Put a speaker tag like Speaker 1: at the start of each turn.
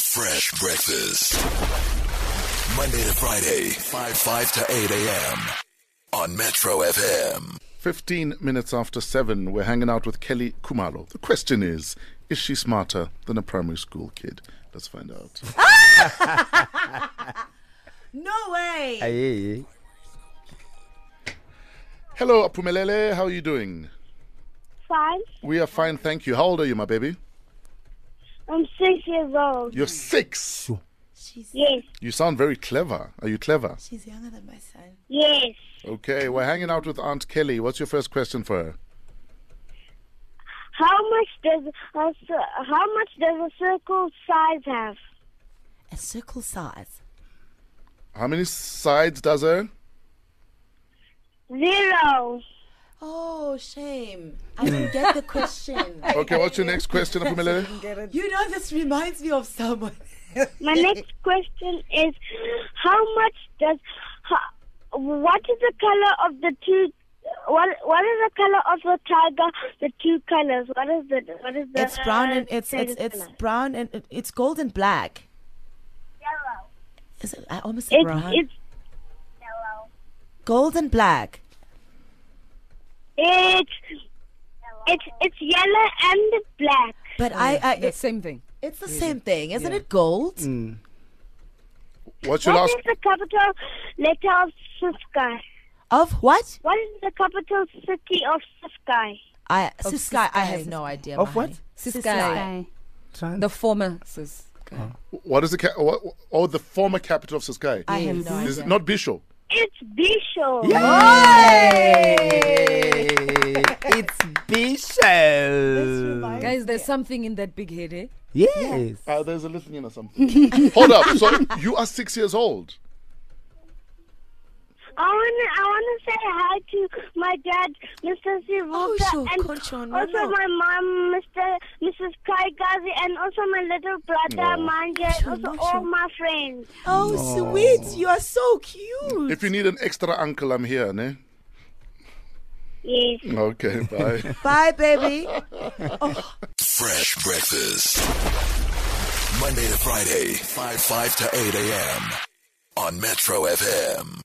Speaker 1: Fresh breakfast. Monday to Friday, 5 5 to 8 a.m. on Metro FM.
Speaker 2: 15 minutes after 7, we're hanging out with Kelly Kumalo. The question is Is she smarter than a primary school kid? Let's find out.
Speaker 3: No way.
Speaker 4: Aye, aye, aye.
Speaker 2: Hello, Apumelele. How are you doing?
Speaker 5: Five.
Speaker 2: We are fine, thank you. How old are you, my baby?
Speaker 5: I'm six years old.
Speaker 2: You're six.
Speaker 3: She's
Speaker 5: Yes,
Speaker 2: You sound very clever. Are you clever?
Speaker 3: she's younger than my son.
Speaker 5: yes.
Speaker 2: Okay, we're hanging out with Aunt Kelly. What's your first question for her?
Speaker 5: How much does a, cir- how much does a circle size have?
Speaker 3: A circle size.
Speaker 2: How many sides does her?
Speaker 5: Zero.
Speaker 3: Oh, shame. I didn't get the question.
Speaker 2: Okay, what's your next question, Apumelele?
Speaker 3: You know, this reminds me of someone.
Speaker 5: My next question is, how much does ho- what is the color of the two? What what is the color of the tiger? The two colors. What is the what is the?
Speaker 3: It's brown and it's it's
Speaker 5: tiger's
Speaker 3: it's
Speaker 5: color?
Speaker 3: brown and it- it's gold and black. Is it, I almost said
Speaker 5: It's
Speaker 3: brown.
Speaker 5: it's
Speaker 3: gold and black.
Speaker 5: it's it's it's yellow and black.
Speaker 3: But I, I
Speaker 6: The
Speaker 3: it's,
Speaker 6: same thing.
Speaker 3: it's the Oh, same thing, isn't it? Gold. Mm.
Speaker 2: What's your
Speaker 5: What
Speaker 2: last?
Speaker 5: is the capital letter of Siskai?
Speaker 3: Of what?
Speaker 5: What is the capital city of Siskai?
Speaker 3: I Siskai. I have
Speaker 6: Siskai.
Speaker 3: no idea.
Speaker 4: Of what?
Speaker 3: Siskai.
Speaker 4: Trans-
Speaker 6: The former sis.
Speaker 2: What is the? Ca- what, oh, the former capital of Saskai.
Speaker 3: I have no
Speaker 2: Is
Speaker 3: idea.
Speaker 2: it not Bisho?
Speaker 5: It's Bisho.
Speaker 4: Yay! it's Bishop.
Speaker 6: Guys, there's something in that big head, eh?
Speaker 4: Yes.
Speaker 2: Uh, there's a listening or something. Hold up. So you are six years old.
Speaker 5: I wanna I wanna say hi to my dad, Mr. Sivuka,
Speaker 3: sure,
Speaker 5: and
Speaker 3: Concho, no,
Speaker 5: also
Speaker 3: no.
Speaker 5: my mom, Mr. Mrs. Kai Gazi, and also my little brother
Speaker 2: Oh.
Speaker 5: Manja, and also all my friends.
Speaker 3: Oh, sweet! You are so cute.
Speaker 2: If you need an extra uncle, I'm here, ne?
Speaker 5: Yes.
Speaker 2: Okay, bye.
Speaker 3: Bye, baby.
Speaker 1: Fresh breakfast. Monday to Friday, 5 5 to 8 a.m. on Metro FM.